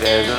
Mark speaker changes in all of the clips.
Speaker 1: There's a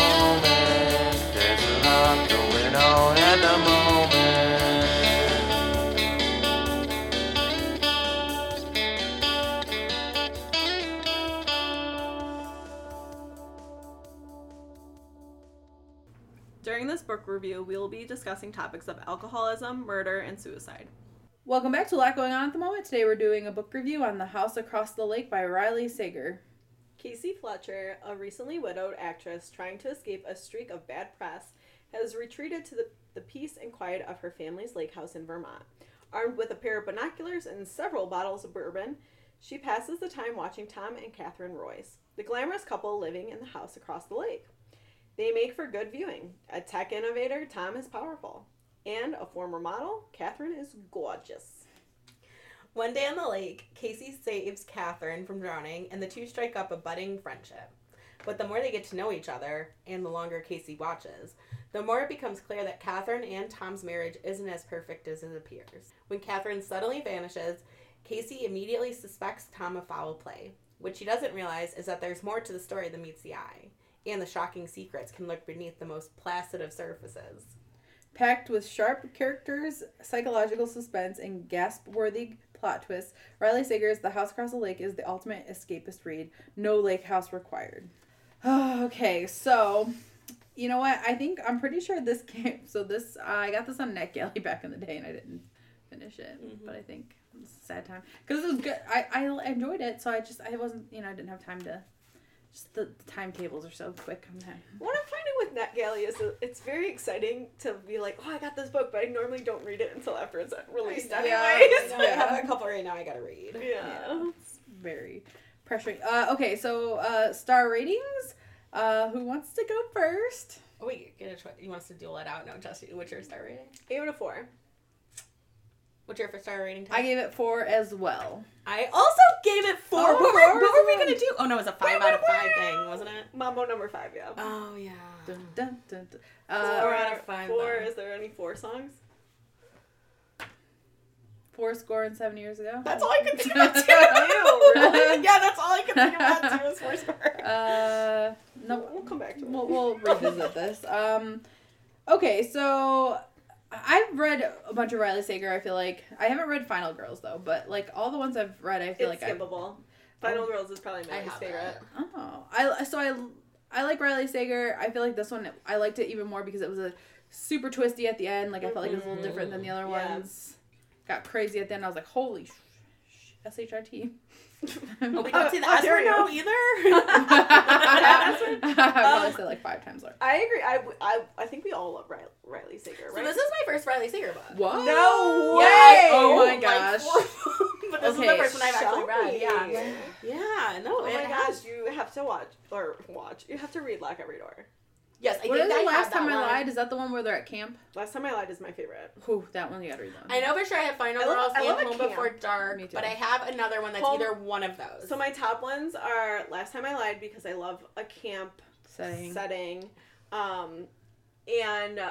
Speaker 1: moment. There's a lot going on at the moment.
Speaker 2: During this book review, we will be discussing topics of alcoholism, murder, and suicide.
Speaker 3: Welcome back to a lot going on at the moment. Today we're doing a book review on The House Across the Lake by Riley Sager.
Speaker 2: Casey Fletcher, a recently widowed actress trying to escape a streak of bad press, has retreated to the, the peace and quiet of her family's lake house in Vermont. Armed with a pair of binoculars and several bottles of bourbon, she passes the time watching Tom and Catherine Royce, the glamorous couple living in the house across the lake. They make for good viewing. A tech innovator, Tom is powerful. And a former model, Catherine is gorgeous.
Speaker 4: One day on the lake, Casey saves Catherine from drowning, and the two strike up a budding friendship. But the more they get to know each other, and the longer Casey watches, the more it becomes clear that Catherine and Tom's marriage isn't as perfect as it appears. When Catherine suddenly vanishes, Casey immediately suspects Tom of foul play. What she doesn't realize is that there's more to the story than meets the eye, and the shocking secrets can lurk beneath the most placid of surfaces.
Speaker 3: Packed with sharp characters, psychological suspense, and gasp worthy plot twists, Riley Sager's The House Across the Lake is the ultimate escapist read. No lake house required. okay, so you know what? I think I'm pretty sure this came. So this I got this on NetGalley back in the day, and I didn't finish it. But I think it's a sad time because it was good. I, I enjoyed it, so I just I wasn't you know I didn't have time to. Just the, the timetables are so quick on that.
Speaker 2: What I'm finding with NetGalley is that it's very exciting to be like, oh, I got this book, but I normally don't read it until after it's released,
Speaker 4: I
Speaker 2: anyways.
Speaker 4: know, I have a couple right now I gotta read.
Speaker 2: yeah.
Speaker 3: It's very pressuring. Uh, okay, so uh, star ratings. Uh, who wants to go first?
Speaker 4: Oh, wait, get a choice. You want us to duel it out? No, Jesse, what's your star rating?
Speaker 2: Eight out of four.
Speaker 4: What's your first star rating? Tom?
Speaker 3: I gave it four as well.
Speaker 4: I also gave it four.
Speaker 3: Oh, four
Speaker 4: what, were, what were we
Speaker 3: is
Speaker 4: gonna do? Oh no, it was a five out of five thing, wasn't it?
Speaker 2: Mambo number five, yeah.
Speaker 4: Oh yeah.
Speaker 3: Dun, dun, dun, dun.
Speaker 2: four
Speaker 3: Uh,
Speaker 4: Four
Speaker 2: out
Speaker 4: out
Speaker 2: of
Speaker 4: of five,
Speaker 2: Four.
Speaker 4: though.
Speaker 2: Is there any four songs?
Speaker 3: four score and seven years ago.
Speaker 4: That's all I could think about too.
Speaker 3: Ew, really?
Speaker 4: Yeah, that's all I could think about too is four star.
Speaker 3: Uh,
Speaker 2: No,
Speaker 3: no,
Speaker 2: we'll come back to it.
Speaker 3: we'll, we'll revisit this. Um, okay, so I've read a bunch of Riley Sager. I feel like I haven't read Final Girls though, but like all the ones I've read, I
Speaker 2: it's
Speaker 3: feel like I
Speaker 2: skippable. Final Girls is probably
Speaker 4: Oh. I
Speaker 2: my least
Speaker 4: have
Speaker 2: favorite.
Speaker 4: that.
Speaker 3: Oh, I so I I like Riley Sager. I feel like this one I liked it even more because it was a super twisty at the end. Like I felt like it was a little different than the
Speaker 4: Mm-hmm.
Speaker 3: other
Speaker 2: Yeah.
Speaker 3: ones. Got crazy at the end. I was like, holy sh- sh- shit.
Speaker 4: Oh, we don't see the
Speaker 2: How
Speaker 4: S
Speaker 2: dare
Speaker 4: word now
Speaker 3: I
Speaker 4: either. Oh.
Speaker 3: probably said like five times. Like,
Speaker 2: I agree. I, I, I think we all love Riley, Riley Sager,
Speaker 4: so
Speaker 2: right?
Speaker 4: this is my first Riley Sager book.
Speaker 3: what?
Speaker 2: No
Speaker 3: Yeah,
Speaker 2: way!
Speaker 3: oh my
Speaker 4: Like,
Speaker 3: gosh.
Speaker 4: four of them, but this is
Speaker 3: Okay,
Speaker 4: the first one I've actually
Speaker 2: Shall
Speaker 4: read.
Speaker 2: we?
Speaker 4: Yeah. Yeah. No.
Speaker 2: Oh
Speaker 4: it
Speaker 2: my
Speaker 4: has-
Speaker 2: gosh, you have to watch or watch. You have to read Lock Every Door.
Speaker 4: Yes. I
Speaker 3: What is
Speaker 4: think I
Speaker 3: the
Speaker 4: have
Speaker 3: last
Speaker 4: that
Speaker 3: time I
Speaker 4: one.
Speaker 3: lied? Is that the one where they're at camp?
Speaker 2: Last Time I Lied is my favorite.
Speaker 3: Whew, that one you gotta read that. one.
Speaker 4: I know for sure I have Final
Speaker 2: I love-
Speaker 4: Girls
Speaker 2: I love
Speaker 4: and
Speaker 2: a
Speaker 4: Home
Speaker 2: camp.
Speaker 4: Before
Speaker 3: Me too.
Speaker 4: Dark, but I have another one that's
Speaker 2: Home-
Speaker 4: either one of those.
Speaker 2: So my top ones are Last Time I Lied because I love a camp
Speaker 3: Setting.
Speaker 2: setting. Um, and uh,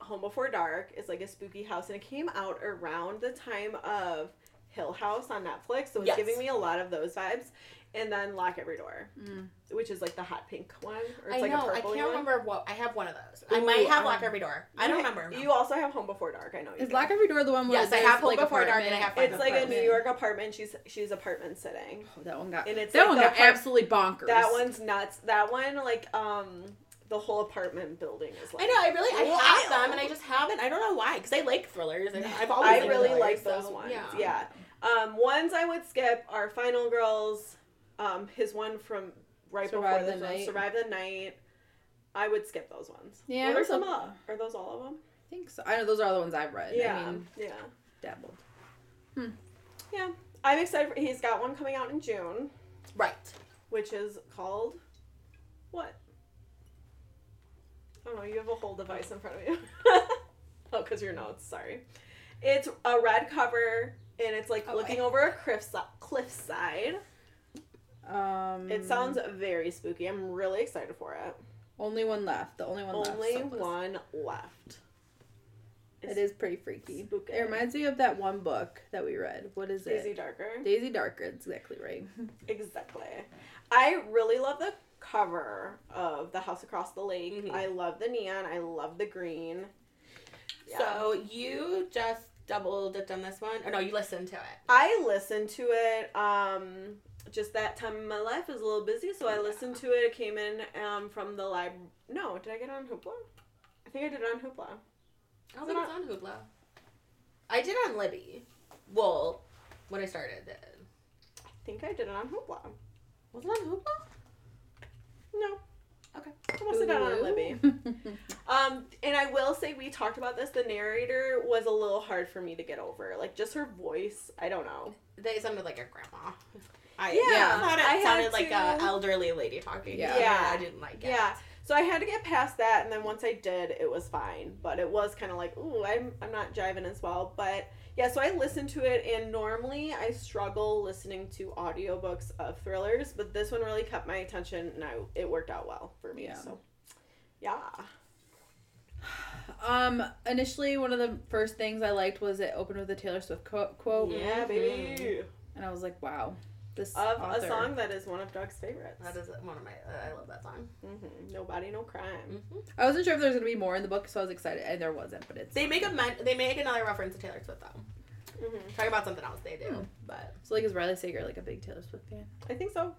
Speaker 2: Home Before Dark is like a spooky house, and it came out around the time of Hill House on Netflix, so it's
Speaker 4: Yes.
Speaker 2: giving me a lot of those vibes. And then Lock Every Door,
Speaker 3: Mm.
Speaker 2: which is like the hot pink one, or it's
Speaker 4: I
Speaker 2: like
Speaker 4: know.
Speaker 2: a
Speaker 4: I
Speaker 2: purple
Speaker 4: can't
Speaker 2: one.
Speaker 4: remember what. I have one of those. I
Speaker 3: Ooh,
Speaker 4: might have
Speaker 3: I
Speaker 4: Lock
Speaker 3: don't-
Speaker 4: Every Door. I don't
Speaker 2: You-
Speaker 4: remember. now.
Speaker 2: You also have Home Before Dark. I know you.
Speaker 3: Is
Speaker 2: do.
Speaker 3: Lock Every Door the one where
Speaker 4: Yes, I
Speaker 3: there's,
Speaker 4: have Home
Speaker 3: like,
Speaker 4: Before Dark and I
Speaker 3: apartment?
Speaker 4: have Final
Speaker 2: It's like a New
Speaker 4: apartment.
Speaker 2: York apartment. She's she's apartment sitting.
Speaker 3: Oh, that one got
Speaker 2: And it's
Speaker 3: that
Speaker 2: like
Speaker 3: one
Speaker 2: the
Speaker 3: got
Speaker 2: part-
Speaker 3: absolutely bonkers.
Speaker 2: That one's nuts. That one, like, um, the whole apartment building is like.
Speaker 4: I know. I really. I have
Speaker 2: Wow.
Speaker 4: them, and I just haven't. I don't know why. Because I like thrillers. And I've always.
Speaker 2: I
Speaker 4: liked
Speaker 2: really
Speaker 4: thrillers,
Speaker 2: like those
Speaker 4: so,
Speaker 2: ones. Yeah. Um, ones I would skip are Final Girls. Um, his one from right
Speaker 3: Survive
Speaker 2: before the,
Speaker 3: the
Speaker 2: film,
Speaker 3: Night.
Speaker 2: Survive the Night. I would skip those ones.
Speaker 3: Yeah,
Speaker 2: What are
Speaker 3: those
Speaker 2: some
Speaker 3: are-
Speaker 2: up? Are those all of them?
Speaker 3: I think so. I know those are the ones I've read.
Speaker 2: Yeah.
Speaker 3: I mean,
Speaker 2: yeah.
Speaker 3: dabbled.
Speaker 2: Yeah. I'm excited. For, he's got one coming out in June,
Speaker 4: Right.
Speaker 2: which is called what? I don't know. You have a whole device in front of you. oh, because your notes. Sorry. It's a red cover, and it's like
Speaker 4: Oh,
Speaker 2: looking
Speaker 4: I-
Speaker 2: over a cliff cliffside.
Speaker 3: Um,
Speaker 2: It sounds very spooky. I'm really excited for it.
Speaker 3: only one left. The only one left.
Speaker 2: Only
Speaker 3: Selfless.
Speaker 2: one left.
Speaker 3: It is pretty freaky.
Speaker 2: spooky.
Speaker 3: It reminds me of that one book that we read. What is
Speaker 2: Daisy
Speaker 3: it?
Speaker 2: Darker.
Speaker 3: Daisy Darker. Exactly right.
Speaker 2: Exactly. I really love the cover of The House Across the Lake.
Speaker 4: Mhm.
Speaker 2: I love the neon. I love the green. Yeah.
Speaker 4: So you just double dipped on this one, or no? You listened to it.
Speaker 2: I listened to it. Um, just that time in my life is a little busy, so I listened to it. It came in um, from the lib. No, did I get it on Hoopla? I think I did it on Hoopla.
Speaker 4: I don't think it's on Hoopla. I did on Libby. Well, when I started, it did.
Speaker 2: I think I did it on Hoopla.
Speaker 4: was it on Hoopla?
Speaker 2: No.
Speaker 4: Okay.
Speaker 2: I must have done it on
Speaker 4: Ooh.
Speaker 2: Libby. Um, and I will say we talked about this. The narrator was a little hard for me to get over. Like just her voice. I don't know.
Speaker 4: They sounded like a grandma. I,
Speaker 2: Yeah,
Speaker 4: yeah, I thought it
Speaker 2: I had
Speaker 4: sounded like a
Speaker 2: to-
Speaker 4: elderly lady talking.
Speaker 3: Yeah.
Speaker 2: Yeah.
Speaker 4: I didn't like it.
Speaker 2: Yeah. So I had to get past that, and then once I did, it was fine. But it was kind of like, ooh, I'm I'm not jiving as well. But yeah, so I listened to it, and normally I struggle listening to audiobooks of thrillers, but this one really kept my attention, and I it worked out well for me.
Speaker 3: Yeah.
Speaker 2: So yeah,
Speaker 3: Um, initially, one of the first things I liked was it opened with a Taylor Swift co- quote,
Speaker 2: yeah, baby,
Speaker 3: and I was like, "Wow, this
Speaker 2: of
Speaker 3: author.
Speaker 2: a song that is one of Doug's favorites.
Speaker 4: That is one of my. uh, I love that song.
Speaker 2: hmm Nobody, no crime.
Speaker 3: I wasn't sure if there was gonna be more in the book, so I was excited, and there wasn't. But it's
Speaker 4: They make a men- they make another reference to Taylor Swift though.
Speaker 2: hmm
Speaker 4: Talk about something else they do,
Speaker 3: Hmm.
Speaker 4: but
Speaker 3: so like is Riley Sager like a big Taylor Swift fan?
Speaker 2: I think so.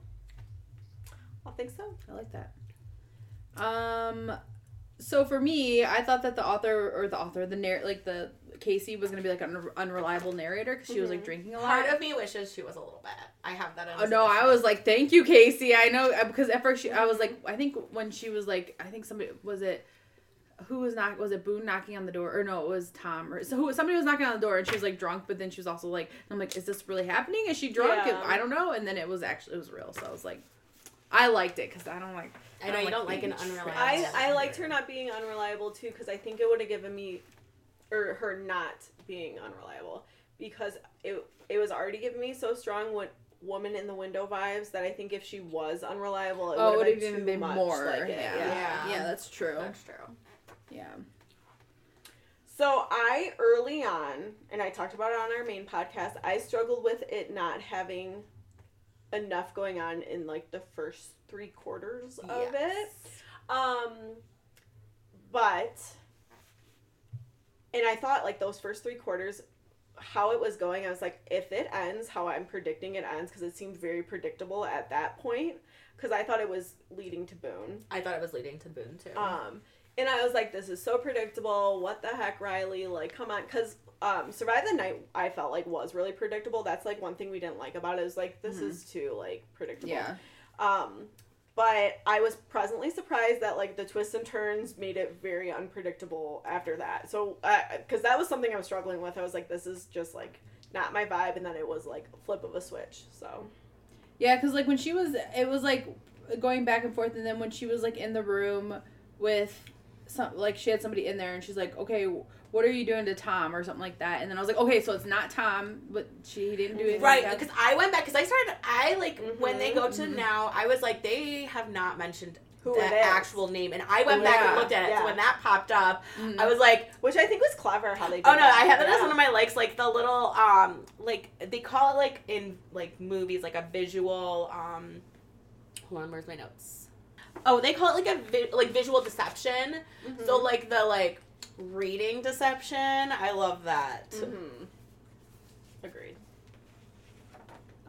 Speaker 2: I think so.
Speaker 3: I like that. Um, so for me, I thought that the author or the author, the narr like the Casey was gonna be like an unre- unreliable narrator because she was like
Speaker 2: Mhm.
Speaker 3: drinking a lot.
Speaker 4: part of me wishes she was a little bit. I have that.
Speaker 3: Oh no, I was like, thank you, Casey. I know uh, because at first she, I was like, I think when she was like, I think somebody was it. Who was knock? Was it Boone knocking on the door, or no? It was Tom, or so who? Somebody was knocking on the door, and she was like drunk, but then she was also like, and I'm like, is this really happening? Is she drunk?
Speaker 2: Yeah.
Speaker 3: I don't know. And then it was actually it was real, so I was like, I liked it because I don't like.
Speaker 4: I know you don't like an
Speaker 3: being
Speaker 4: unreliable.
Speaker 3: tricked.
Speaker 2: I, I liked her not being unreliable too because I think it would have given me, or her not being unreliable because it it was already giving me so strong what woman in the window vibes that I think if she was unreliable it
Speaker 3: Oh, it
Speaker 2: would have
Speaker 3: would've even
Speaker 2: too
Speaker 3: been
Speaker 2: much
Speaker 3: more,
Speaker 2: like it.
Speaker 3: yeah.
Speaker 2: yeah.
Speaker 4: Yeah.
Speaker 3: Yeah, that's true.
Speaker 4: That's true.
Speaker 3: Yeah.
Speaker 2: So I early on, and I talked about it on our main podcast, I struggled with it not having enough going on in like the first three quarters of it. Um, but, and I thought like those first three quarters, how it was going, I was like, if it ends how I'm predicting it ends, because it seemed very predictable at that point, because I thought it was leading to Boone.
Speaker 4: I thought it was leading to Boone too.
Speaker 2: Um, and I was like, this is so predictable. What the heck, Riley? Like, come on. Because um, Survive the Night, I felt like was really predictable. That's like one thing we didn't like about it. Is like, this is too like predictable.
Speaker 3: Yeah.
Speaker 2: Um, but I was presently surprised that like the twists and turns made it very unpredictable after that. So, because that was something I was struggling with. I was like, this is just like not my vibe. And then it was like flip of a switch. So,
Speaker 3: Yeah, because like when she was, it was like going back and forth, and then when she was like in the room with some, like she had somebody in there, and she's like, "Okay, what are you doing to Tom?" or something like that, and then I was like, "Okay, so it's not Tom, but she didn't do anything."
Speaker 4: Right,
Speaker 3: like that.
Speaker 4: because I went back because I started. I like when they go to
Speaker 3: Mhm.
Speaker 4: now. I was like, they have not mentioned
Speaker 2: Who
Speaker 4: the
Speaker 2: it is.
Speaker 4: actual name, and I went back and
Speaker 2: Yeah,
Speaker 4: looked at it.
Speaker 2: yeah.
Speaker 4: So when that popped up,
Speaker 3: Mhm.
Speaker 4: I was like,
Speaker 2: which I think was clever how they. Did
Speaker 4: oh no, I
Speaker 2: have
Speaker 4: had that as one of my likes. Like the little um, like they call it like in like movies, like a visual um. Hold on, where's my notes? Oh, they call it like a vi- like visual deception.
Speaker 2: Mm-hmm.
Speaker 4: So like the like reading deception. I love that.
Speaker 2: hmm Agreed.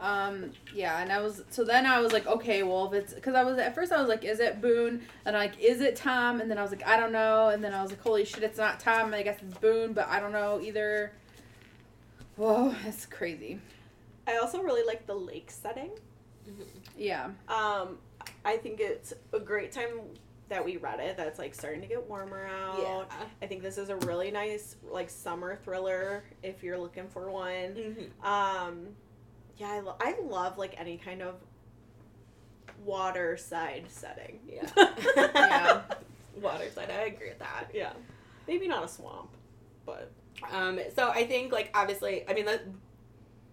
Speaker 3: Um, yeah, and I was so then I was like, okay, well, if it's because I was at first I was like, is it Boone? And I'm like, is it Tom? And then I was like, I don't know. And then I was like, holy shit, it's not Tom. I guess it's Boone, but I don't know either. Whoa, that's crazy.
Speaker 2: I also really like the lake setting.
Speaker 3: Yeah,
Speaker 2: Um, I think it's a great time that we read it. That's like starting to get warmer out.
Speaker 4: Yeah.
Speaker 2: I think this is a really nice like summer thriller if you're looking for one.
Speaker 4: Mhm.
Speaker 2: Um, yeah, I, lo- I love like any kind of water side setting.
Speaker 4: Yeah.
Speaker 3: Yeah.
Speaker 4: Waterside, I agree with that.
Speaker 2: yeah, maybe not a swamp, but
Speaker 4: Um, so I think like obviously, I mean, the,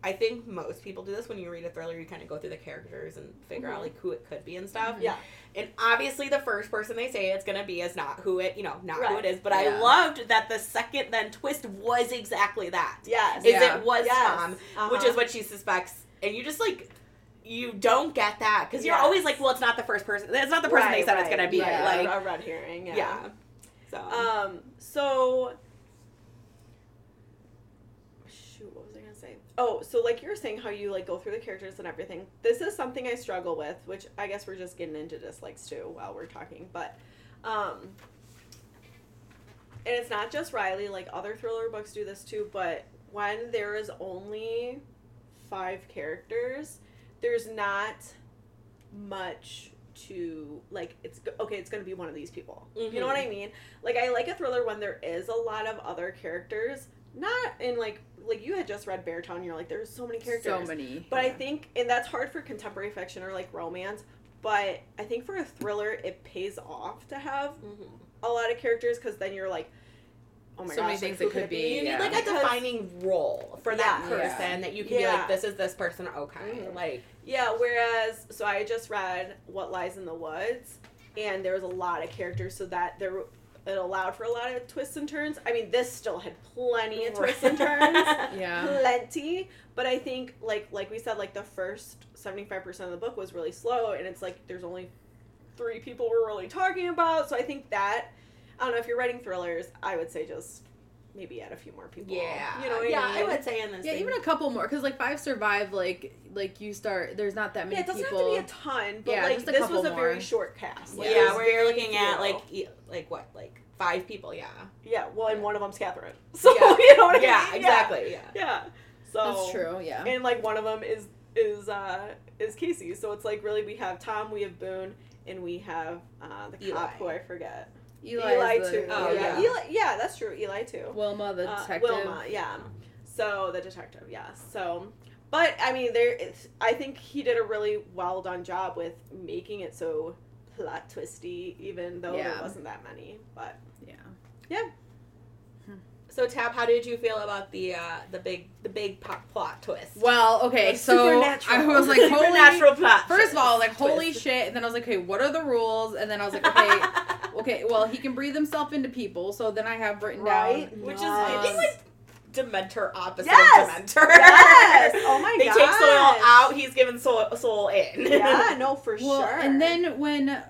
Speaker 4: I think most people do this when you read a thriller, you kind of go through the characters and figure out
Speaker 2: Mhm.
Speaker 4: like who it could be and stuff.
Speaker 2: Yeah.
Speaker 4: And obviously, the first person they say it's gonna be is not who it, you know, not who
Speaker 2: Right.
Speaker 4: it is. But
Speaker 3: Yeah.
Speaker 4: I loved that the second then twist was exactly that.
Speaker 2: Yes.
Speaker 4: Is
Speaker 3: Yeah.
Speaker 4: it was
Speaker 2: Yes.
Speaker 4: Tom,
Speaker 2: Uh-huh.
Speaker 4: which is what she suspects, and you just like. You don't get that because you're
Speaker 2: Yes.
Speaker 4: always like, well, it's not the first person. It's not the person they
Speaker 2: Right,
Speaker 4: said it's
Speaker 2: right,
Speaker 4: gonna be.
Speaker 3: right.
Speaker 4: Like,
Speaker 2: a red herring.
Speaker 4: yeah.
Speaker 2: yeah.
Speaker 4: So
Speaker 2: Um. So. Shoot, what was I gonna say? Oh, so like you were saying, how you like go through the characters and everything. This is something I struggle with, which I guess we're just getting into dislikes too while we're talking. But, um, and it's not just Riley. Like other thriller books do this too. But when there is only five characters, there's not much to like. It's go- okay. It's gonna be one of these people. You know what I mean? Like I like a thriller when there is a lot of other characters. Not in like like you had just read Beartown, you're like, there's so many characters.
Speaker 3: So many.
Speaker 2: But I
Speaker 4: Yeah.
Speaker 2: think and that's hard for contemporary fiction or like romance, but I think for a thriller it pays off to have
Speaker 4: Mhm.
Speaker 2: a lot of characters because then you're like, Oh my
Speaker 3: So many
Speaker 2: gosh,
Speaker 3: things
Speaker 2: like, who
Speaker 3: it could
Speaker 2: it
Speaker 3: be,
Speaker 4: You need
Speaker 3: yeah.
Speaker 4: like a
Speaker 2: Because-
Speaker 4: defining role for that
Speaker 2: Yeah.
Speaker 4: person
Speaker 3: Yeah. Mm.
Speaker 4: that you can be
Speaker 2: Yeah.
Speaker 4: like, this is this person. Okay,
Speaker 2: Mhm.
Speaker 4: like
Speaker 2: Yeah, whereas so I just read What Lies in the Woods and there was a lot of characters so that there were- it allowed for a lot of twists and turns. I mean, this still had plenty of twists and turns.
Speaker 3: yeah.
Speaker 2: plenty but i think like like we said like the first 75% of the book was really slow and it's like there's only three people we're really talking about so i think that i don't know if you're writing thrillers i would say just maybe add a few more people
Speaker 4: yeah,
Speaker 2: you know what
Speaker 4: yeah,
Speaker 2: i mean
Speaker 4: would say in this.
Speaker 3: Yeah,
Speaker 4: thing-
Speaker 3: even a couple more because like five survive. Like like you start. There's not that many
Speaker 2: yeah, it doesn't
Speaker 3: people.
Speaker 2: have to be a ton, but
Speaker 3: Yeah,
Speaker 2: like
Speaker 3: just a
Speaker 2: this
Speaker 3: couple
Speaker 2: was a very
Speaker 3: more.
Speaker 2: short cast. Like,
Speaker 4: yeah,
Speaker 2: it was
Speaker 4: where you're
Speaker 2: very
Speaker 4: looking at
Speaker 2: few.
Speaker 4: like e- like what like five people. Yeah,
Speaker 2: yeah, well, and one of them's Catherine, so
Speaker 4: Yeah.
Speaker 2: you know what I
Speaker 4: yeah,
Speaker 2: mean?
Speaker 4: exactly. Yeah.
Speaker 2: Yeah, yeah. so
Speaker 3: That's true. Yeah.
Speaker 2: and like one of them is is uh is Casey. So it's like really we have Tom, we have Boone, and we have uh the
Speaker 4: Eli.
Speaker 2: cop who I forget.
Speaker 3: Eli's the-
Speaker 2: too.
Speaker 4: Oh,
Speaker 2: yeah.
Speaker 4: yeah.
Speaker 2: Eli, yeah, that's true. Eli too.
Speaker 3: Wilma the
Speaker 2: Uh,
Speaker 3: detective.
Speaker 2: Wilma, yeah. So the detective, yeah. So but I mean there it's, I think he did a really well done job with making it so plot twisty even though there
Speaker 3: Yeah.
Speaker 2: wasn't that many. But
Speaker 3: Yeah.
Speaker 4: So Tab, how did you feel about the uh, the big the big pop plot twist?
Speaker 3: Well, okay,
Speaker 2: The
Speaker 3: so
Speaker 2: supernatural-
Speaker 3: I was like, holy.
Speaker 2: supernatural plot.
Speaker 3: First of all, I was like, holy
Speaker 4: Twist.
Speaker 3: shit, and then I was like, okay, what are the rules? And then I was like, okay, okay, well, he can breathe himself into people, so then I have written
Speaker 2: right,
Speaker 3: down.
Speaker 4: which is
Speaker 2: Nice.
Speaker 4: it's like Dementor opposite
Speaker 2: Yes!
Speaker 4: of Dementor.
Speaker 2: Yes! Oh my
Speaker 4: They take soul
Speaker 2: gosh.
Speaker 4: out. He's giving soul soul in.
Speaker 2: yeah, no, for
Speaker 3: Well,
Speaker 2: sure.
Speaker 3: and then when,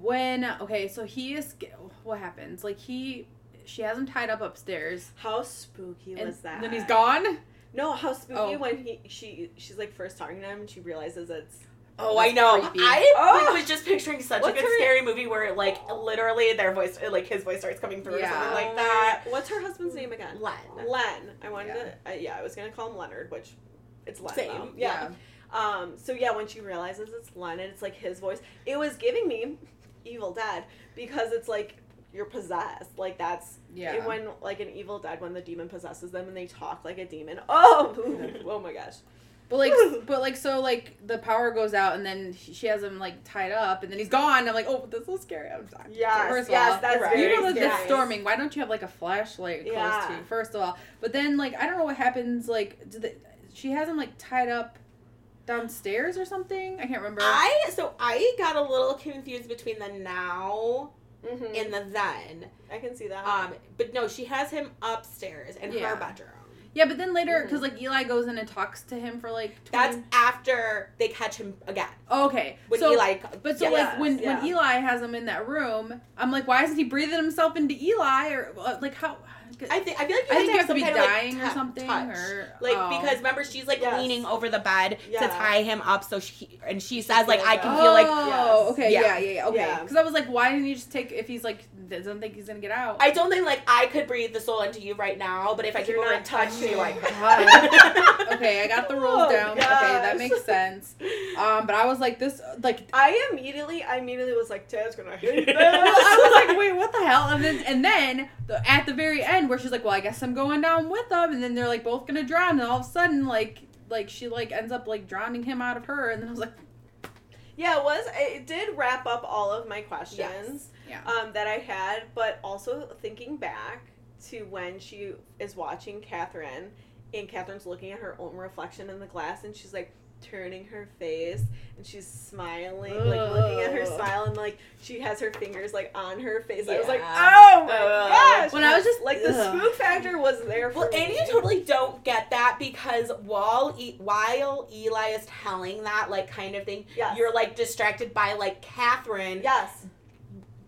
Speaker 3: when okay, so he is. What happens? Like he, she has him tied up upstairs,
Speaker 2: how spooky
Speaker 3: and
Speaker 2: was that?
Speaker 3: then he's gone.
Speaker 2: No, how spooky
Speaker 3: Oh.
Speaker 2: when he she she's like first talking to him and she realizes it's
Speaker 4: Oh,
Speaker 3: That's
Speaker 4: I know.
Speaker 3: creepy.
Speaker 4: I
Speaker 2: Oh.
Speaker 4: was just picturing such
Speaker 2: What's
Speaker 4: a good
Speaker 2: her-
Speaker 4: scary movie where like literally their voice, like his voice starts coming through
Speaker 3: Yeah.
Speaker 4: or something like that.
Speaker 2: What's her husband's name again?
Speaker 4: Len.
Speaker 2: Len. I wanted
Speaker 3: Yeah.
Speaker 2: to. Uh, yeah, I was gonna call him Leonard, which it's Len.
Speaker 4: Same,
Speaker 2: though. Yeah. Um. So yeah, when she realizes it's Len and it's like his voice, it was giving me Evil Dead because it's like you're possessed. Like that's
Speaker 3: yeah.
Speaker 2: and when like an Evil Dead when the demon possesses them and they talk like a demon. Oh, oh my gosh.
Speaker 3: But like, but like, so like the power goes out, and then she she has him like tied up, and then he's gone. I'm like, oh, this is scary. I'm sorry.
Speaker 2: Yes,
Speaker 3: First of
Speaker 2: yes,
Speaker 3: all,
Speaker 2: that's
Speaker 4: Right.
Speaker 3: You
Speaker 2: very
Speaker 3: know that it's
Speaker 2: scary.
Speaker 3: storming. Why don't you have like a flashlight close to
Speaker 2: Yeah.
Speaker 3: you? First of all, but then like I don't know what happens. Like, do the, she has him like tied up downstairs or something. I can't remember.
Speaker 4: I so I got a little confused between the now
Speaker 2: Mhm.
Speaker 4: and the then.
Speaker 2: I can see that.
Speaker 4: Um, but no, she has him upstairs in
Speaker 3: Yeah.
Speaker 4: her bedroom.
Speaker 3: yeah, but then later because like Eli goes in and talks to him for like 20,
Speaker 4: Mm-hmm. That's after they catch him again
Speaker 3: okay.
Speaker 4: when
Speaker 3: so,
Speaker 4: Eli.
Speaker 3: But so
Speaker 2: Yes,
Speaker 3: like when
Speaker 2: yeah.
Speaker 3: when Eli has him in that room, I'm like, why isn't he breathing himself into Eli or uh, like how?
Speaker 4: I think I feel like
Speaker 3: I
Speaker 4: you have
Speaker 3: think
Speaker 4: to
Speaker 3: you have to
Speaker 4: some
Speaker 3: be
Speaker 4: kind of, like,
Speaker 3: dying or
Speaker 4: tou-
Speaker 3: something,
Speaker 4: touch.
Speaker 3: or
Speaker 4: Like
Speaker 3: oh.
Speaker 4: because remember she's like
Speaker 2: Yes.
Speaker 4: leaning over the bed
Speaker 2: Yeah.
Speaker 4: to tie him up so she and she says like
Speaker 2: feels
Speaker 4: I
Speaker 2: that.
Speaker 4: can feel like
Speaker 3: oh,
Speaker 2: yes.
Speaker 3: okay,
Speaker 4: Yeah.
Speaker 3: yeah, yeah, yeah, okay.
Speaker 2: Yeah.
Speaker 3: Because I was like, why didn't you just take if he's like doesn't think he's gonna get out?
Speaker 4: I don't think like I could breathe the soul into you right now, but if I
Speaker 2: If
Speaker 4: keep
Speaker 2: you're
Speaker 4: over
Speaker 2: not
Speaker 4: and touch
Speaker 2: touching
Speaker 4: you, I
Speaker 2: me.
Speaker 4: could.
Speaker 3: okay, I got the rules
Speaker 2: Oh,
Speaker 3: down. Okay, that
Speaker 2: gosh.
Speaker 3: makes sense. Um, but I was like, this like.
Speaker 2: I immediately, I immediately was like, Ted's gonna hate this.
Speaker 3: Well, I was like, wait, what the hell? And then, and then the, at the very end, where she's like, "Well, I guess I'm going down with them," and then they're like both gonna drown, and all of a sudden, like, like she like ends up like drowning him out of her, and then I was like,
Speaker 2: yeah, it was. It did wrap up all of my questions
Speaker 3: yeah,
Speaker 2: um, that I had, but also thinking back to when she is watching Catherine and Catherine's looking at her own reflection in the glass, and she's like turning her face, and she's smiling, like looking at her
Speaker 3: Ugh.
Speaker 2: smile, and like she has her fingers like on her face. I was like,
Speaker 4: Yeah.
Speaker 2: oh my
Speaker 3: Ugh.
Speaker 2: gosh!
Speaker 3: When I was just-
Speaker 2: like the
Speaker 3: ugh.
Speaker 2: spook factor was there. For
Speaker 4: Well,
Speaker 2: me.
Speaker 4: and you totally don't get that because while e- while Eli is telling that like kind of thing,
Speaker 2: Yes.
Speaker 4: you're like distracted by like Catherine,
Speaker 2: yes,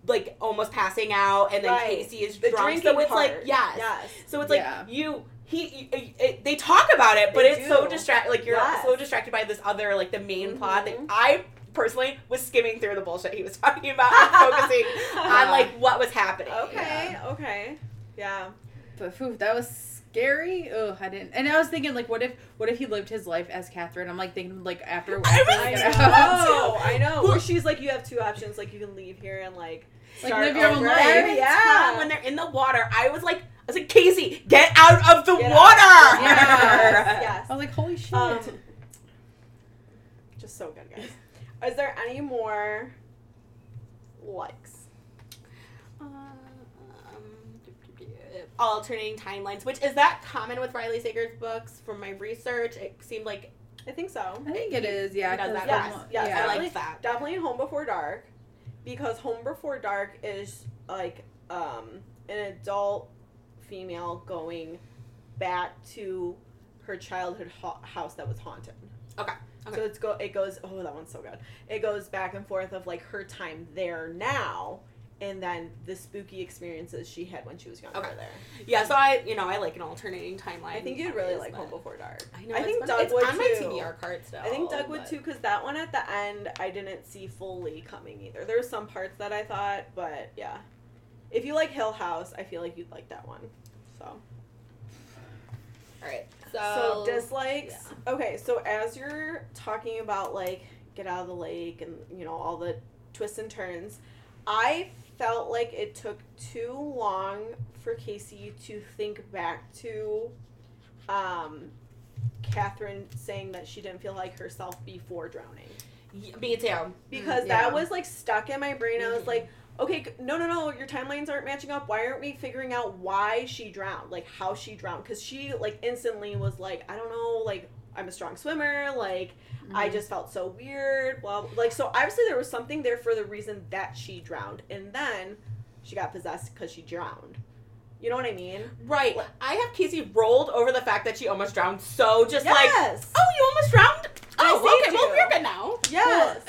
Speaker 4: like almost passing out, and then
Speaker 2: Right.
Speaker 4: Casey is
Speaker 2: the
Speaker 4: drunk.
Speaker 2: drinking
Speaker 4: So it's
Speaker 2: part.
Speaker 4: like yes.
Speaker 2: yes.
Speaker 4: so it's like
Speaker 3: Yeah.
Speaker 4: you he you- it, it- they talk about it, but
Speaker 2: They
Speaker 4: it's so
Speaker 2: do.
Speaker 4: distract like you're
Speaker 2: Yes.
Speaker 4: so distracted by this other like the main plot that
Speaker 2: Mhm.
Speaker 4: I personally was skimming through the bullshit he was talking about, and focusing on
Speaker 3: Yeah.
Speaker 4: like what was happening.
Speaker 2: Okay, okay, yeah.
Speaker 3: But phew, that was scary. Ugh, I didn't. And I was thinking, like, what if, what if he lived his life as Catherine? I'm like thinking, like, after.
Speaker 4: I
Speaker 3: after we
Speaker 4: was-
Speaker 2: I
Speaker 3: get out.
Speaker 2: know, I know.
Speaker 4: Well-
Speaker 2: Where she's like, you have two options. Like, you can leave here and like,
Speaker 3: Like,
Speaker 2: start
Speaker 3: live your own
Speaker 2: over.
Speaker 3: life.
Speaker 2: Yeah.
Speaker 4: when they're in the water, I was like, I was like, Casey, get out of the
Speaker 2: Get out.
Speaker 4: water.
Speaker 3: Yes,
Speaker 2: yes.
Speaker 3: I was like, holy shit.
Speaker 2: Um, just so good, guys. Is there any more likes?
Speaker 4: Um, Alternating timelines, which is that common with Riley Sager's books? From my research, it seemed like
Speaker 2: I think so.
Speaker 3: I think it is, yeah.
Speaker 4: He does
Speaker 3: 'cause
Speaker 4: that
Speaker 3: I'm-
Speaker 2: once. Yes,
Speaker 3: yeah.
Speaker 4: I
Speaker 2: Definitely.
Speaker 4: like that.
Speaker 2: Definitely in Home Before Dark, because Home Before Dark is like um, an adult female going back to her childhood ha- house that was haunted.
Speaker 4: Okay, okay.
Speaker 2: So it's go. It goes. Oh, that one's so good. It goes back and forth of like her time there now, and then the spooky experiences she had when she was younger.
Speaker 4: Okay.
Speaker 2: There.
Speaker 4: Yeah, so I, you know, I like an alternating timeline.
Speaker 2: I think you'd really
Speaker 4: Is
Speaker 2: like
Speaker 4: that-
Speaker 2: Home Before Dark.
Speaker 4: I know.
Speaker 2: I
Speaker 4: it's
Speaker 2: think
Speaker 4: been-
Speaker 2: Doug
Speaker 4: it's
Speaker 2: would
Speaker 4: on my
Speaker 2: too.
Speaker 4: TBR card still.
Speaker 2: I think Doug would
Speaker 4: but-
Speaker 2: too, because that one at the end I didn't see fully coming either. There were some parts that I thought, but yeah. If you like Hill House, I feel like you'd like that one. So,
Speaker 4: All right.
Speaker 2: so
Speaker 4: So,
Speaker 2: dislikes. Okay, so as you're talking about like get out of the lake and you know all the twists and turns, I felt like it took too long for Casey to think back to um Catherine saying that she didn't feel like herself before drowning
Speaker 4: y- me too.
Speaker 2: because
Speaker 3: Mm, yeah.
Speaker 2: that was like stuck in my brain. I was
Speaker 4: Mhm.
Speaker 2: like, okay, c- no, no, no, your timelines aren't matching up. Why aren't we figuring out why she drowned? Like how she drowned? Because she like instantly was like, I don't know, like I'm a strong swimmer, like
Speaker 3: Mm-hmm.
Speaker 2: I just felt so weird. Well, like so obviously there was something there for the reason that she drowned, and then she got possessed because she drowned. You know what I mean?
Speaker 4: Right. I have Casey rolled over the fact that she almost drowned. So just like,
Speaker 2: yes,
Speaker 4: oh, you almost drowned.
Speaker 2: I
Speaker 4: Oh, okay.
Speaker 2: saved
Speaker 4: Well,
Speaker 2: you.
Speaker 4: we're good now.
Speaker 2: yes.
Speaker 3: Well,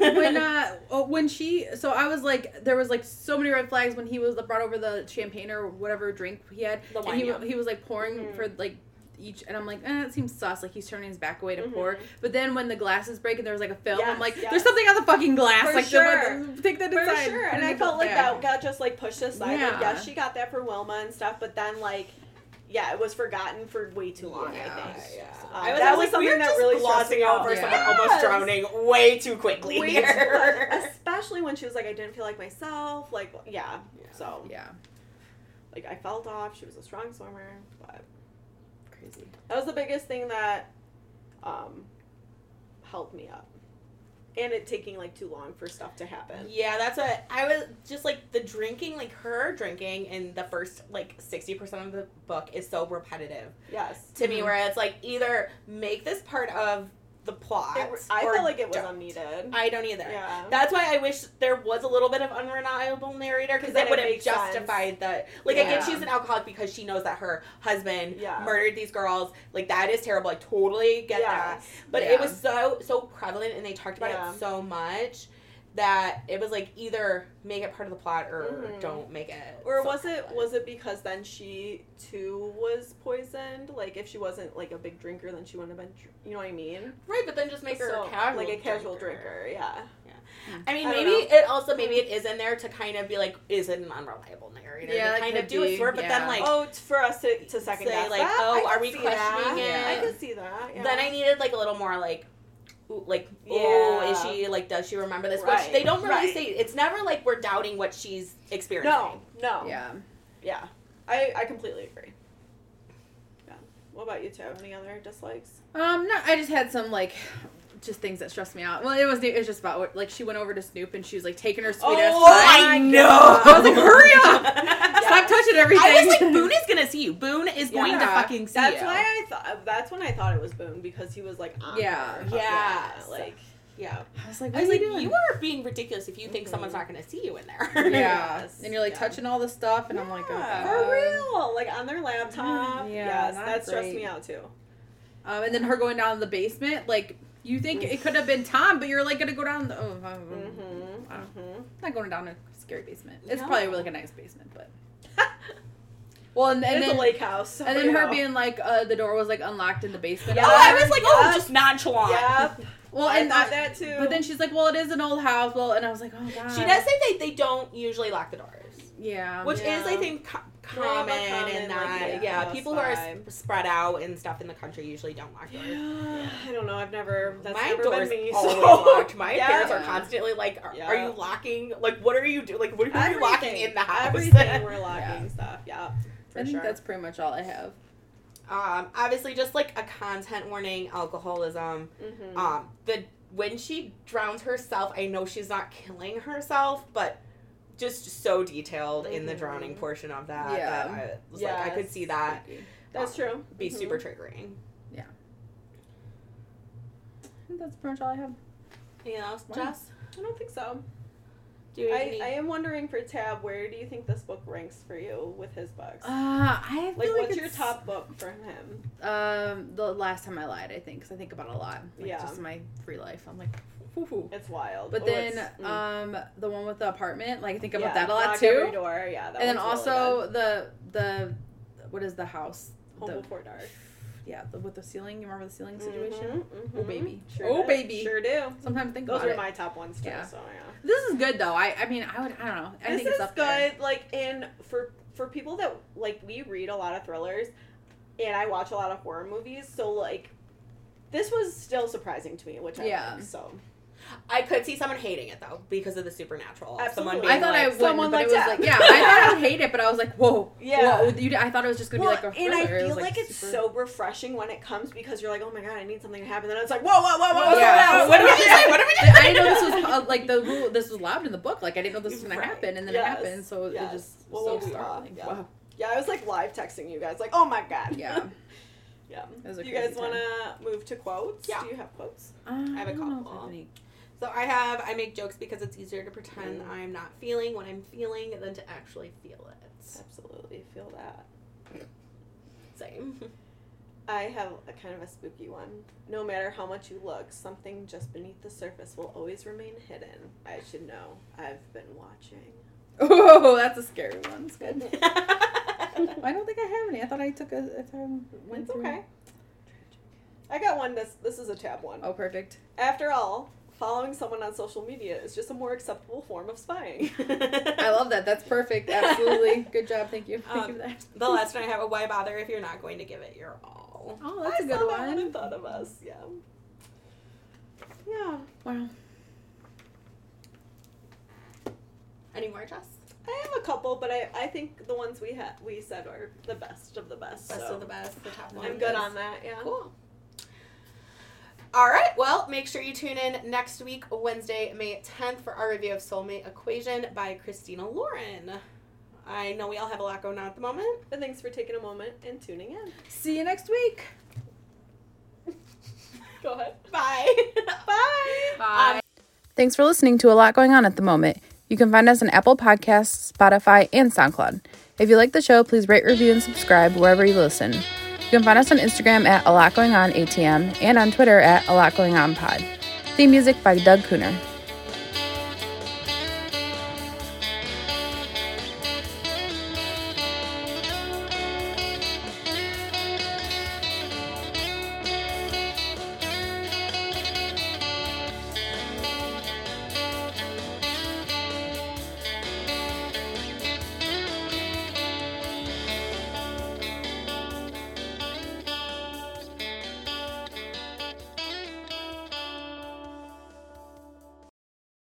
Speaker 4: Like-
Speaker 3: when uh oh, when she so I was like there was like so many red flags when he was brought over the champagne or whatever drink he had
Speaker 4: The
Speaker 3: and he,
Speaker 4: wine, yeah.
Speaker 3: he was like pouring
Speaker 2: Mhm.
Speaker 3: for like each and I'm like eh, it seems sus like he's turning his back away to
Speaker 2: Mhm.
Speaker 3: pour but then when the glasses break and there was like a film I'm
Speaker 2: Yes,
Speaker 3: like
Speaker 2: yes.
Speaker 3: there's something on the fucking glass
Speaker 2: For
Speaker 3: like the-
Speaker 2: sure.
Speaker 3: take that
Speaker 2: For
Speaker 3: inside
Speaker 2: sure,
Speaker 3: put
Speaker 2: and
Speaker 3: it
Speaker 2: I
Speaker 3: in
Speaker 2: felt
Speaker 3: the
Speaker 2: like
Speaker 3: bag.
Speaker 2: that got just like pushed aside.
Speaker 3: Yeah.
Speaker 2: Like, yes, she got that for Wilma and stuff, but then like, yeah, it was forgotten for way too long. I
Speaker 4: Yeah,
Speaker 2: think.
Speaker 4: yeah.
Speaker 2: Um,
Speaker 4: I was,
Speaker 2: that
Speaker 4: I
Speaker 2: was
Speaker 4: was like,
Speaker 2: something
Speaker 4: we're
Speaker 2: that
Speaker 4: just
Speaker 2: really stressed
Speaker 4: glossing
Speaker 2: me out.
Speaker 4: over
Speaker 3: Yeah.
Speaker 4: someone almost
Speaker 2: Yes.
Speaker 4: drowning way too quickly
Speaker 2: Way
Speaker 4: here.
Speaker 2: too much, especially when she was like, I didn't feel like myself. Like, yeah.
Speaker 4: Yeah.
Speaker 2: So
Speaker 3: yeah
Speaker 2: like, I felt off. She was a strong swimmer, but
Speaker 3: crazy
Speaker 2: that was the biggest thing that um held me up, and it taking like too long for stuff to happen.
Speaker 4: Yeah, that's what I was just like the drinking, like her drinking in the first like sixty percent of the book is so repetitive
Speaker 2: Yes.
Speaker 4: to me,
Speaker 3: Mhm.
Speaker 4: where it's like either make this part of the plot.
Speaker 2: It, I
Speaker 4: or
Speaker 2: felt like it was
Speaker 4: don't.
Speaker 2: unneeded.
Speaker 4: I don't either.
Speaker 2: Yeah.
Speaker 4: That's why I wish there was a little bit of unreliable narrator because
Speaker 2: 'Cause
Speaker 4: that
Speaker 2: then it
Speaker 4: would have
Speaker 2: makes sense.
Speaker 4: justified the like I get
Speaker 3: Yeah.
Speaker 4: she's an alcoholic because she knows that her husband
Speaker 2: Yeah.
Speaker 4: murdered these girls. Like that is terrible. I totally get that.
Speaker 2: Yes.
Speaker 4: But it
Speaker 3: Yeah.
Speaker 4: was so so prevalent and they talked about
Speaker 2: Yeah.
Speaker 4: it so much that it was like either make it part of the plot or
Speaker 2: Mhm.
Speaker 4: don't make it.
Speaker 2: Or
Speaker 4: so
Speaker 2: was it
Speaker 4: prevalent.
Speaker 2: was it because then she too was poisoned? Like if she wasn't like a big drinker, then she wouldn't have been. dr- You know what I mean?
Speaker 4: right? But then just make her
Speaker 2: So,
Speaker 4: a casual
Speaker 2: like a casual drinker. Yeah.
Speaker 4: I mean,
Speaker 2: I don't
Speaker 4: maybe it also maybe it is in there to kind of be like, is it an unreliable narrator?
Speaker 3: Yeah,
Speaker 4: to
Speaker 3: that
Speaker 4: kind of
Speaker 3: could
Speaker 4: do it
Speaker 3: be,
Speaker 4: for, but
Speaker 3: yeah.
Speaker 4: then like.
Speaker 2: oh, it's for us to, to second
Speaker 4: say,
Speaker 2: guess
Speaker 4: like,
Speaker 2: that?
Speaker 4: oh,
Speaker 2: I
Speaker 4: are
Speaker 2: could
Speaker 4: we
Speaker 2: see
Speaker 4: questioning
Speaker 2: that.
Speaker 3: it?
Speaker 2: I could see that. Yeah.
Speaker 4: Then I needed like a little more like, ooh, like oh,
Speaker 2: Yeah.
Speaker 4: is she like does she remember this? Which
Speaker 2: Right,
Speaker 4: they don't really
Speaker 2: right.
Speaker 4: say. It's never like we're doubting what she's experiencing.
Speaker 2: no, no, yeah,
Speaker 3: yeah
Speaker 2: yeah. I I completely agree. Yeah. What about you two? Any other dislikes?
Speaker 3: Um, no, I just had some like just things that stressed me out. Well, it was it was just about what like she went over to Snoop and she was like taking her sweet ass.
Speaker 2: Oh,
Speaker 3: time.
Speaker 2: I know.
Speaker 3: Oh, I was like, hurry up. Stop touching everything.
Speaker 5: I was like, Boone is gonna see you. Boone is going to
Speaker 3: Yeah.
Speaker 5: fucking see
Speaker 2: That's
Speaker 5: you.
Speaker 2: why I thought. That's when I thought it was Boone because he was like, on
Speaker 3: Yeah.
Speaker 2: her.
Speaker 4: Yeah.
Speaker 2: like, yeah.
Speaker 3: I was like, what
Speaker 4: I was
Speaker 3: are
Speaker 4: like,
Speaker 3: you doing?
Speaker 4: you are being ridiculous if you think
Speaker 2: Mhm.
Speaker 4: someone's not going to see you in there.
Speaker 3: yeah.
Speaker 2: Yes.
Speaker 3: And you're like
Speaker 2: Yeah.
Speaker 3: touching all this stuff, and I'm like, oh,
Speaker 4: Yeah.
Speaker 3: God.
Speaker 2: For real, like on their laptop.
Speaker 3: Mm, yeah,
Speaker 2: yes,
Speaker 3: not
Speaker 2: that stressed
Speaker 3: great.
Speaker 2: me out too.
Speaker 3: Um, and then her going down in the basement, like you think it could have been Tom, but you're like gonna go down. The, oh, um,
Speaker 2: Mm-hmm.
Speaker 3: Wow.
Speaker 2: Mm-hmm.
Speaker 3: I'm not going down a scary basement. It's
Speaker 4: No.
Speaker 3: probably like a nice basement, but well, and, and
Speaker 2: it's
Speaker 3: then
Speaker 2: a lake house. so,
Speaker 3: and then
Speaker 2: you
Speaker 3: her
Speaker 2: know.
Speaker 3: being like uh, the door was like unlocked in the basement.
Speaker 2: Yeah.
Speaker 5: Oh, I was like, oh,
Speaker 2: Yes.
Speaker 5: just nonchalant.
Speaker 2: Yep.
Speaker 3: Well,
Speaker 2: I
Speaker 3: and
Speaker 2: thought
Speaker 3: I-
Speaker 2: that too.
Speaker 3: but then she's like, well, it is an old house. Well, and I was like, oh god,
Speaker 4: She does say they, they don't usually lock the doors.
Speaker 3: Um, Yeah,
Speaker 4: Which is, I
Speaker 2: Yeah.
Speaker 4: think, co-
Speaker 2: More of a
Speaker 4: common
Speaker 2: common,
Speaker 4: in that,
Speaker 2: like,
Speaker 4: yeah,
Speaker 2: yeah,
Speaker 4: people who are s-
Speaker 2: vibe.
Speaker 4: spread out and stuff in the country usually don't lock doors.
Speaker 2: Yeah, I don't know. I've never. That's
Speaker 4: My
Speaker 2: never
Speaker 4: door's
Speaker 2: been me.
Speaker 4: always
Speaker 2: so.
Speaker 4: locked. My
Speaker 2: Yeah.
Speaker 4: parents are constantly like, are, are
Speaker 2: Yeah.
Speaker 4: you locking? Like, what are you doing? Like, what are you locking in the house?
Speaker 2: Everything we're locking
Speaker 3: Yeah.
Speaker 2: stuff. Yeah. For
Speaker 3: I think
Speaker 2: sure.
Speaker 3: that's pretty much all I have.
Speaker 4: um, obviously, just like a content warning, alcoholism.
Speaker 2: Mhm.
Speaker 4: Um, the when she drowns herself, I know she's not killing herself, but just so detailed in the
Speaker 2: Mhm.
Speaker 4: drowning portion of that.
Speaker 3: Yeah.
Speaker 4: that I was like, I could
Speaker 2: Yes.
Speaker 4: see that
Speaker 2: That's true.
Speaker 4: be
Speaker 2: Mhm.
Speaker 4: super triggering.
Speaker 3: I think that's pretty much all I have.
Speaker 4: Anything else,
Speaker 3: Wow.
Speaker 4: Jess?
Speaker 2: I don't think so.
Speaker 4: Do you have
Speaker 2: I,
Speaker 4: any-
Speaker 2: I am wondering for Tab, where do you think this book ranks for you with his books?
Speaker 3: Uh, I feel
Speaker 2: like, what's your
Speaker 3: it's,
Speaker 2: top book for him?
Speaker 3: Um, the last time I lied, I think, because I think about it a lot. Like,
Speaker 2: Yeah.
Speaker 3: just in my free life, I'm like, whoo.
Speaker 2: It's wild.
Speaker 3: But
Speaker 2: Oh,
Speaker 3: then,
Speaker 2: it's- mm.
Speaker 3: um, the one with the apartment, like I think about
Speaker 2: Yeah,
Speaker 3: that a lot
Speaker 2: Lock
Speaker 3: too.
Speaker 2: Every door. Yeah, that
Speaker 3: and then
Speaker 2: one's really
Speaker 3: also the the what is the house?
Speaker 2: good. Home
Speaker 3: The-
Speaker 2: Before Dark
Speaker 3: yeah, the, with the ceiling. You remember the ceiling situation?
Speaker 2: Mhm, mhm.
Speaker 3: Oh, baby.
Speaker 2: Sure
Speaker 3: Oh,
Speaker 2: do.
Speaker 3: baby.
Speaker 2: Sure do.
Speaker 3: Sometimes I think
Speaker 2: Those
Speaker 3: about
Speaker 2: are
Speaker 3: it.
Speaker 2: my top ones too.
Speaker 3: Yeah.
Speaker 2: So yeah.
Speaker 3: This is good though. I I mean I would I don't know. I
Speaker 2: this
Speaker 3: think it's
Speaker 2: is
Speaker 3: up
Speaker 2: good.
Speaker 3: there.
Speaker 2: Like, and for for people that like we read a lot of thrillers, and I watch a lot of horror movies, so like, this was still surprising to me, which I
Speaker 3: Yeah.
Speaker 2: like. So
Speaker 4: I could see someone hating it though because of the supernatural. Someone
Speaker 2: Absolutely.
Speaker 4: being
Speaker 3: I thought I
Speaker 4: like,
Speaker 3: would,
Speaker 2: someone
Speaker 3: but
Speaker 2: like
Speaker 3: it was
Speaker 2: that.
Speaker 3: like yeah. I thought I would hate it, but I was like whoa.
Speaker 2: Yeah.
Speaker 3: Whoa, you, I thought it was just gonna be like a thriller.
Speaker 2: and I
Speaker 3: It
Speaker 2: feel
Speaker 3: was,
Speaker 2: like, it's
Speaker 3: super-
Speaker 2: so refreshing when it comes because you're like, oh my god, I need something to happen. Then it's like, whoa, whoa, whoa, whoa,
Speaker 3: Well,
Speaker 2: whoa,
Speaker 3: yeah.
Speaker 2: whoa,
Speaker 4: What did we just say?
Speaker 2: whoa.
Speaker 4: What did we just say?
Speaker 3: I didn't know this was uh, like the rule. This was loud in the book. Like I didn't know this was gonna
Speaker 2: Right.
Speaker 3: happen, and then
Speaker 2: Yes.
Speaker 3: it happened. So
Speaker 2: Yes.
Speaker 3: it just
Speaker 2: Well,
Speaker 3: so
Speaker 2: we are,
Speaker 3: startling.
Speaker 2: yeah.
Speaker 3: Wow.
Speaker 2: Yeah, I was like live texting you guys, like, oh my god.
Speaker 3: Yeah.
Speaker 2: yeah.
Speaker 3: was a
Speaker 2: you guys
Speaker 3: crazy
Speaker 2: want to move to quotes?
Speaker 4: Yeah.
Speaker 2: Do you have quotes?
Speaker 3: I
Speaker 4: have a
Speaker 3: don't know if
Speaker 4: couple.
Speaker 3: have any-
Speaker 4: So I have I make jokes because it's easier to pretend I'm not feeling what I'm feeling than to actually feel it.
Speaker 2: Absolutely, feel that.
Speaker 4: Same.
Speaker 2: I have a kind of a spooky one. No matter how much you look, something just beneath the surface will always remain hidden. I should know. I've been watching.
Speaker 3: Oh, that's a scary one. It's good.
Speaker 4: I
Speaker 3: I don't think I have any. I thought I took a. I thought I went
Speaker 2: It's
Speaker 3: through.
Speaker 2: okay. I got one. This this is a tab one.
Speaker 3: Oh, perfect.
Speaker 2: After all, following someone on social media is just a more acceptable form of spying.
Speaker 3: I love that. That's perfect. Absolutely. Good job. Thank you.
Speaker 2: Um,
Speaker 3: Thank you for that.
Speaker 4: The last one I have a why bother if you're not going to give it your all.
Speaker 3: Oh, that's
Speaker 2: I
Speaker 3: a
Speaker 2: saw
Speaker 3: good
Speaker 2: That one
Speaker 3: one.
Speaker 2: and thought of us. Yeah. Yeah.
Speaker 3: Wow.
Speaker 4: Any more, Jess?
Speaker 2: I have a couple, but I, I think the ones we had we said are the best of the best.
Speaker 4: Best
Speaker 2: so
Speaker 4: of the best, the top one.
Speaker 2: I'm good
Speaker 4: is-
Speaker 2: on that. Yeah.
Speaker 4: Cool. All right. Well, make sure you tune in next week, Wednesday, May 10th, for our review of Soulmate Equation by Christina Lauren. I know we all have a lot going on at the moment.
Speaker 2: But thanks for taking a moment and tuning in.
Speaker 3: See you next week.
Speaker 2: Go ahead.
Speaker 4: Bye. Bye.
Speaker 3: Bye.
Speaker 6: Thanks for listening to A Lot Going On at the Moment. You can find us on Apple Podcasts, Spotify, and SoundCloud. If you like the show, please rate, review, and subscribe wherever you listen. You can find us on Instagram at A Lot Going On ATM and on Twitter at A Lot Going On Pod. Theme music by Doug Cooner.